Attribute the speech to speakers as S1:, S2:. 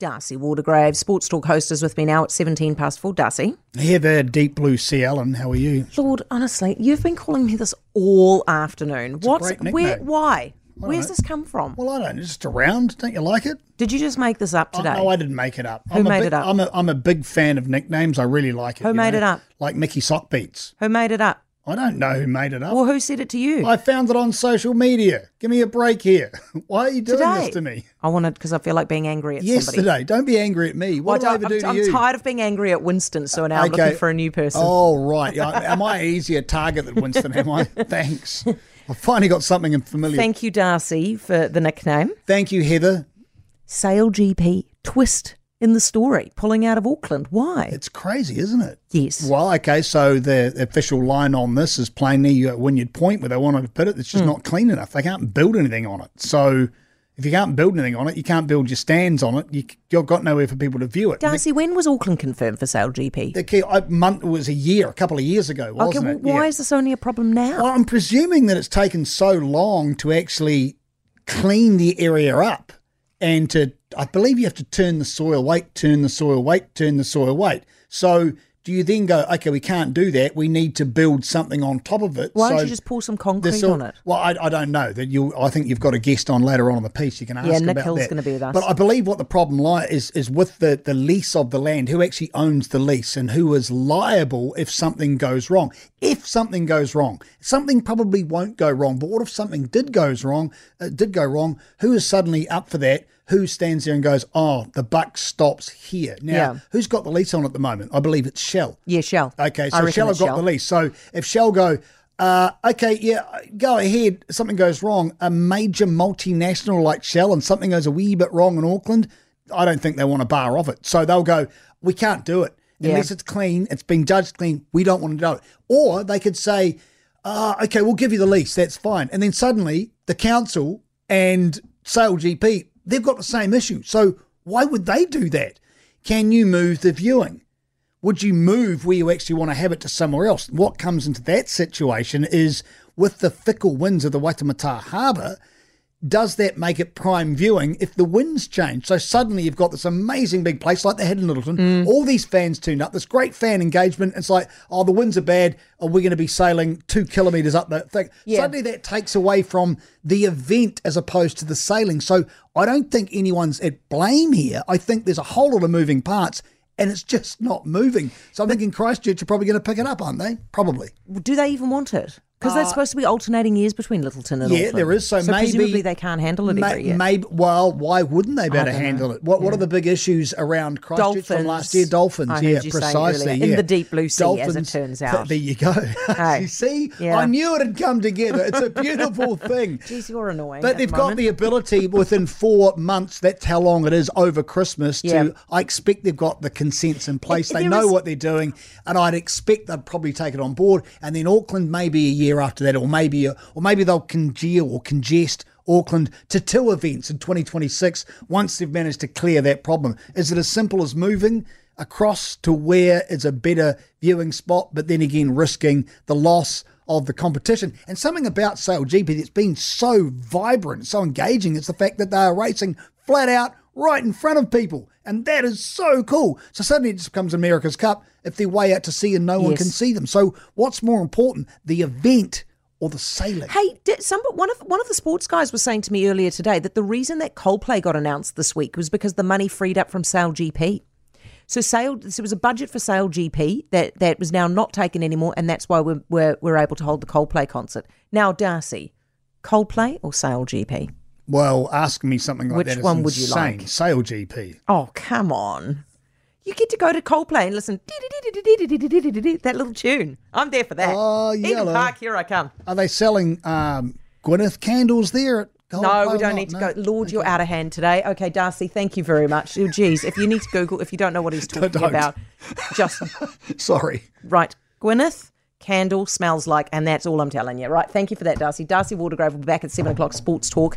S1: Darcy Watergrave, Sports Talk host, is with me now at 17 past four. Darcy.
S2: Hey there, Deep Blue Sea Allen. How are you?
S1: Lord, honestly, you've been calling me this all afternoon.
S2: a
S1: What's
S2: great
S1: where
S2: nickname.
S1: why?
S2: don't
S1: Where's
S2: know.
S1: this come from?
S2: Well, I don't. It's just around. Don't you like it?
S1: Did you just make this up
S2: Oh,
S1: today?
S2: no, I didn't make it up. Who I'm
S1: made
S2: a big,
S1: it up?
S2: I'm a, I'm a big fan of nicknames. I really like it.
S1: Who
S2: you
S1: made
S2: know?
S1: it up?
S2: Like Mickey Sockbeats.
S1: who made it up?
S2: I don't know who made it up.
S1: Or who said it to you?
S2: I found it on social media. Give me a break here. Why are you doing
S1: Today.
S2: this to me?
S1: I wanted because I feel like being angry at somebody.
S2: Yesterday. Don't be angry at me. What
S1: Well, I
S2: did I ever
S1: don't-
S2: do
S1: I'm,
S2: to
S1: I'm
S2: you?
S1: tired of being angry at Winston, so now I'm
S2: Okay.
S1: looking for a new person.
S2: Oh, right. Yeah, Am I an easier target than Winston? Am I? Thanks. I finally got something familiar.
S1: Thank you, Darcy, for the nickname.
S2: Thank you, Heather.
S1: Sale GP twist in the story, pulling out of Auckland. Why?
S2: It's crazy, isn't it?
S1: Yes.
S2: Well, okay, so the official line on this is plainly you, when you'd point where they wanted to put it, it's just
S1: Hmm.
S2: not clean enough. They can't build anything on it. So if you can't build anything on it, you can't build your stands on it. You, you've got nowhere for people to view it.
S1: Darcy, when was Auckland confirmed for Sale GP?
S2: The key I, month it was a year, a couple of years ago,
S1: Okay,
S2: wasn't
S1: well,
S2: it?
S1: why
S2: Yeah.
S1: is this only a problem now?
S2: Well, I'm presuming that it's taken so long to actually clean the area up and to, I believe you have to turn the soil weight, turn the soil weight, turn the soil weight. So do you then go, okay, we can't do that. We need to build something on top of it.
S1: Why
S2: so
S1: don't you just pour some
S2: the
S1: concrete
S2: soil-
S1: on it?
S2: Well, I, I don't know that you. I think you've got a guest on later on in the piece. You can ask
S1: Yeah, Nick
S2: about
S1: Hill's
S2: that.
S1: gonna be with us.
S2: But I believe what the problem lies is is with the the lease of the land. Who actually owns the lease and who is liable if something goes wrong? If something goes wrong, something probably won't go wrong. But what if something did goes wrong? Uh, did go wrong? Who is suddenly up for that? Who stands there and goes, "Oh, the buck stops here"? Now,
S1: Yeah.
S2: who's got the lease on at the moment? I believe it's Shell.
S1: Yeah, Shell.
S2: Okay,
S1: I
S2: so
S1: reckon
S2: Shell have
S1: it's
S2: got the lease. So if Shell go, uh, okay, yeah, go ahead. Something goes wrong. A major multinational like Shell and something goes a wee bit wrong in Auckland. I don't think they want a bar of it. So they'll go, we can't do it
S1: Yeah.
S2: unless it's clean. It's been judged clean. We don't want to do it. Or they could say, uh, okay, we'll give you the lease. That's fine. And then suddenly the council and Sale GP they've got the same issue. So why would they do that? Can you move the viewing? would you move where you actually want to have it to somewhere else? What comes into that situation is with the fickle winds of the Waitemata Harbour, does that make it prime viewing if the winds change? So suddenly you've got this amazing big place like they had in Littleton. All these fans tuned up, this great fan engagement. It's like, oh, the winds are bad. Are we going to be sailing two kilometres up that thing?
S1: Yeah.
S2: Suddenly that takes away from the event as opposed to the sailing. So I don't think anyone's at blame here. I think there's a whole lot of moving parts and it's just not moving. So I'm thinking Christchurch are probably going to pick it up, aren't they? Probably.
S1: Do they even want it? Because they're supposed to be alternating years between Littleton and
S2: Uh, Yeah,
S1: Auckland.
S2: there is. So maybe-
S1: presumably they can't handle it
S2: Ma-
S1: every year.
S2: Maybe. Well, why wouldn't they better
S1: don't know. Hmm.
S2: handle it? What What are the big issues around Christchurch
S1: Dolphins.
S2: from last year? Dolphins.
S1: I heard
S2: yeah,
S1: you say
S2: precisely.
S1: earlier. In
S2: yeah.
S1: the deep blue sea, as it turns
S2: Th-
S1: out.
S2: There you go.
S1: Hey.
S2: you see,
S1: Yeah.
S2: I knew it had come together. It's a beautiful thing.
S1: Jeez, you're annoying.
S2: But
S1: at
S2: they've
S1: the
S2: got
S1: moment.
S2: the ability within four months. That's how long it is over Christmas. To
S1: Yeah.
S2: I expect they've got the consents in place.
S1: And
S2: they
S1: there
S2: know
S1: is-
S2: what they're doing, and I'd expect they'd probably take it on board. And then Auckland maybe a year after that, or maybe or maybe they'll congeal or congest. Auckland to two events in 2026 once they've managed to clear that problem. Is it as simple as moving across to where is a better viewing spot, but then again risking the loss of the competition. And something about Sale GP that's been so vibrant, so engaging, is the fact that they are racing flat out right in front of people. And that is so cool. So suddenly it just becomes America's Cup if they're way out to sea and no one
S1: Yes.
S2: can see them. So what's more important, the event or the sailing?
S1: Hey, did some one of one of the sports guys was saying to me earlier today that the reason that Coldplay got announced this week was because the money freed up from Sale GP. So Sale, so there was a budget for Sale GP that that was now not taken anymore, and that's why we're we're, we're able to hold the Coldplay concert now. Darcy, Coldplay or Sale GP?
S2: Well, ask me something like
S1: Which
S2: that is
S1: one would you
S2: insane.
S1: like?
S2: Sale GP.
S1: Oh come on, you get to go to Coldplay and listen that little tune. I'm there for that.
S2: Oh,
S1: Eden
S2: yellow.
S1: Park, here I come.
S2: Are they selling um, Gwyneth candles there at
S1: No,
S2: Coldplay
S1: we
S2: or
S1: don't
S2: not?
S1: need to
S2: No?
S1: go. Lord, you're out of hand today. Okay, Darcy, thank you very much. Oh, geez, if you need to Google, if you don't know what he's talking
S2: Don't.
S1: about, just
S2: Sorry.
S1: write Gwyneth candle smells like, and that's all I'm telling you. Right, thank you for that, Darcy. Darcy Watergrave will be back at seven o'clock. Sports Talk.